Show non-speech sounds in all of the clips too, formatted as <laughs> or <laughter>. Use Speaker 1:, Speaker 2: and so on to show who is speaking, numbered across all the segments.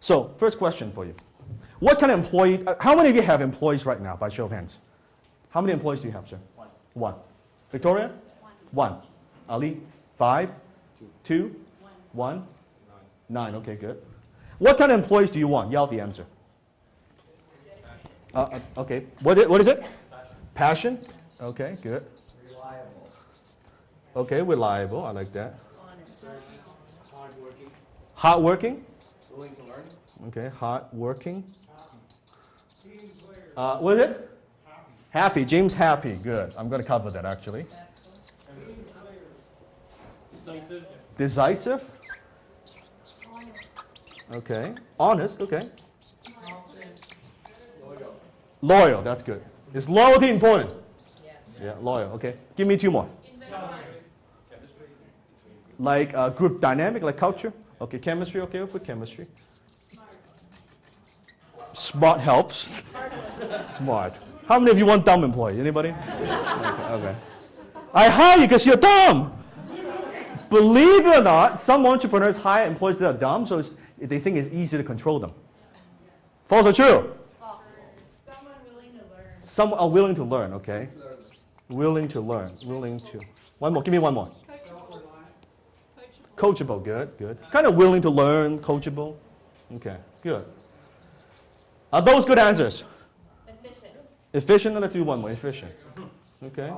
Speaker 1: So first question for you. What kind of employee, uh, how many of you have employees right now by show of hands? How many employees do you have, sir?
Speaker 2: One.
Speaker 1: One. Victoria? One. Ali? Five? Two? One? Nine, okay, good. What kind of employees do you want? Yell the answer. Uh, uh, okay, what, i- what is it? Passion? Okay, good.
Speaker 2: Reliable.
Speaker 1: Okay, reliable, I like that.
Speaker 2: Hardworking.
Speaker 1: Hardworking?
Speaker 2: Willing to learn.
Speaker 1: Okay, hardworking. Uh, what is it? Happy, James Happy, good. I'm gonna cover that actually.
Speaker 2: Decisive.
Speaker 1: Decisive? Okay. Honest, okay.
Speaker 2: Loyal.
Speaker 1: Loyal, that's good. Is loyalty important? Yeah, loyal, okay. Give me two more. Like uh, group dynamic, like culture? Okay, chemistry, okay, we'll put chemistry. Smart helps. Smart. How many of you want dumb employee? Anybody? Okay, okay. I hire you because you're dumb. Believe it or not, some entrepreneurs hire employees that are dumb, so it's, they think it's easy to control them. False or true?
Speaker 3: Someone willing to learn.
Speaker 1: Some are willing to learn, okay? Willing to learn, willing to. One more, give me one more.
Speaker 3: Coachable. Coachable.
Speaker 1: Coachable, good, good. Kind of willing to learn, coachable. Okay, good. Are those good answers?
Speaker 3: Efficient.
Speaker 1: Efficient, let's do one more, efficient. Okay.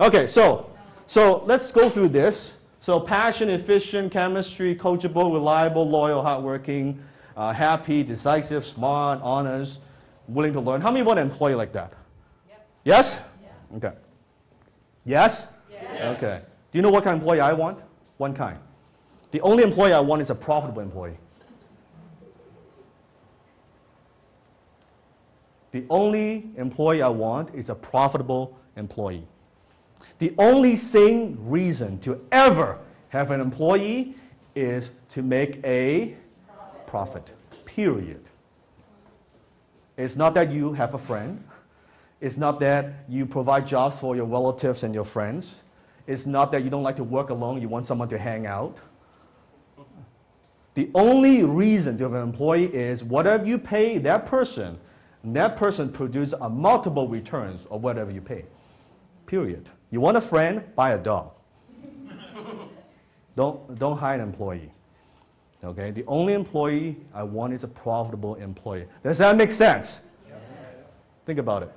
Speaker 1: Okay, so, so let's go through this. So passion, efficient, chemistry, coachable, reliable, loyal, hardworking, uh, happy, decisive, smart, honest, willing to learn. How many want an employee like that?
Speaker 3: Yep.
Speaker 1: Yes?
Speaker 3: Yes.
Speaker 1: Okay. Yes?
Speaker 3: Yes.
Speaker 1: Okay. Do you know what kind of employee I want? One kind. The only employee I want is a profitable employee. The only employee I want is a profitable employee. The only sane reason to ever have an employee is to make a profit. Period. It's not that you have a friend. It's not that you provide jobs for your relatives and your friends. It's not that you don't like to work alone, you want someone to hang out. The only reason to have an employee is whatever you pay that person, that person produces a multiple returns of whatever you pay. Period. You want a friend? Buy a dog. <laughs> don't, don't hire an employee. Okay? The only employee I want is a profitable employee. Does that make sense? Think about it.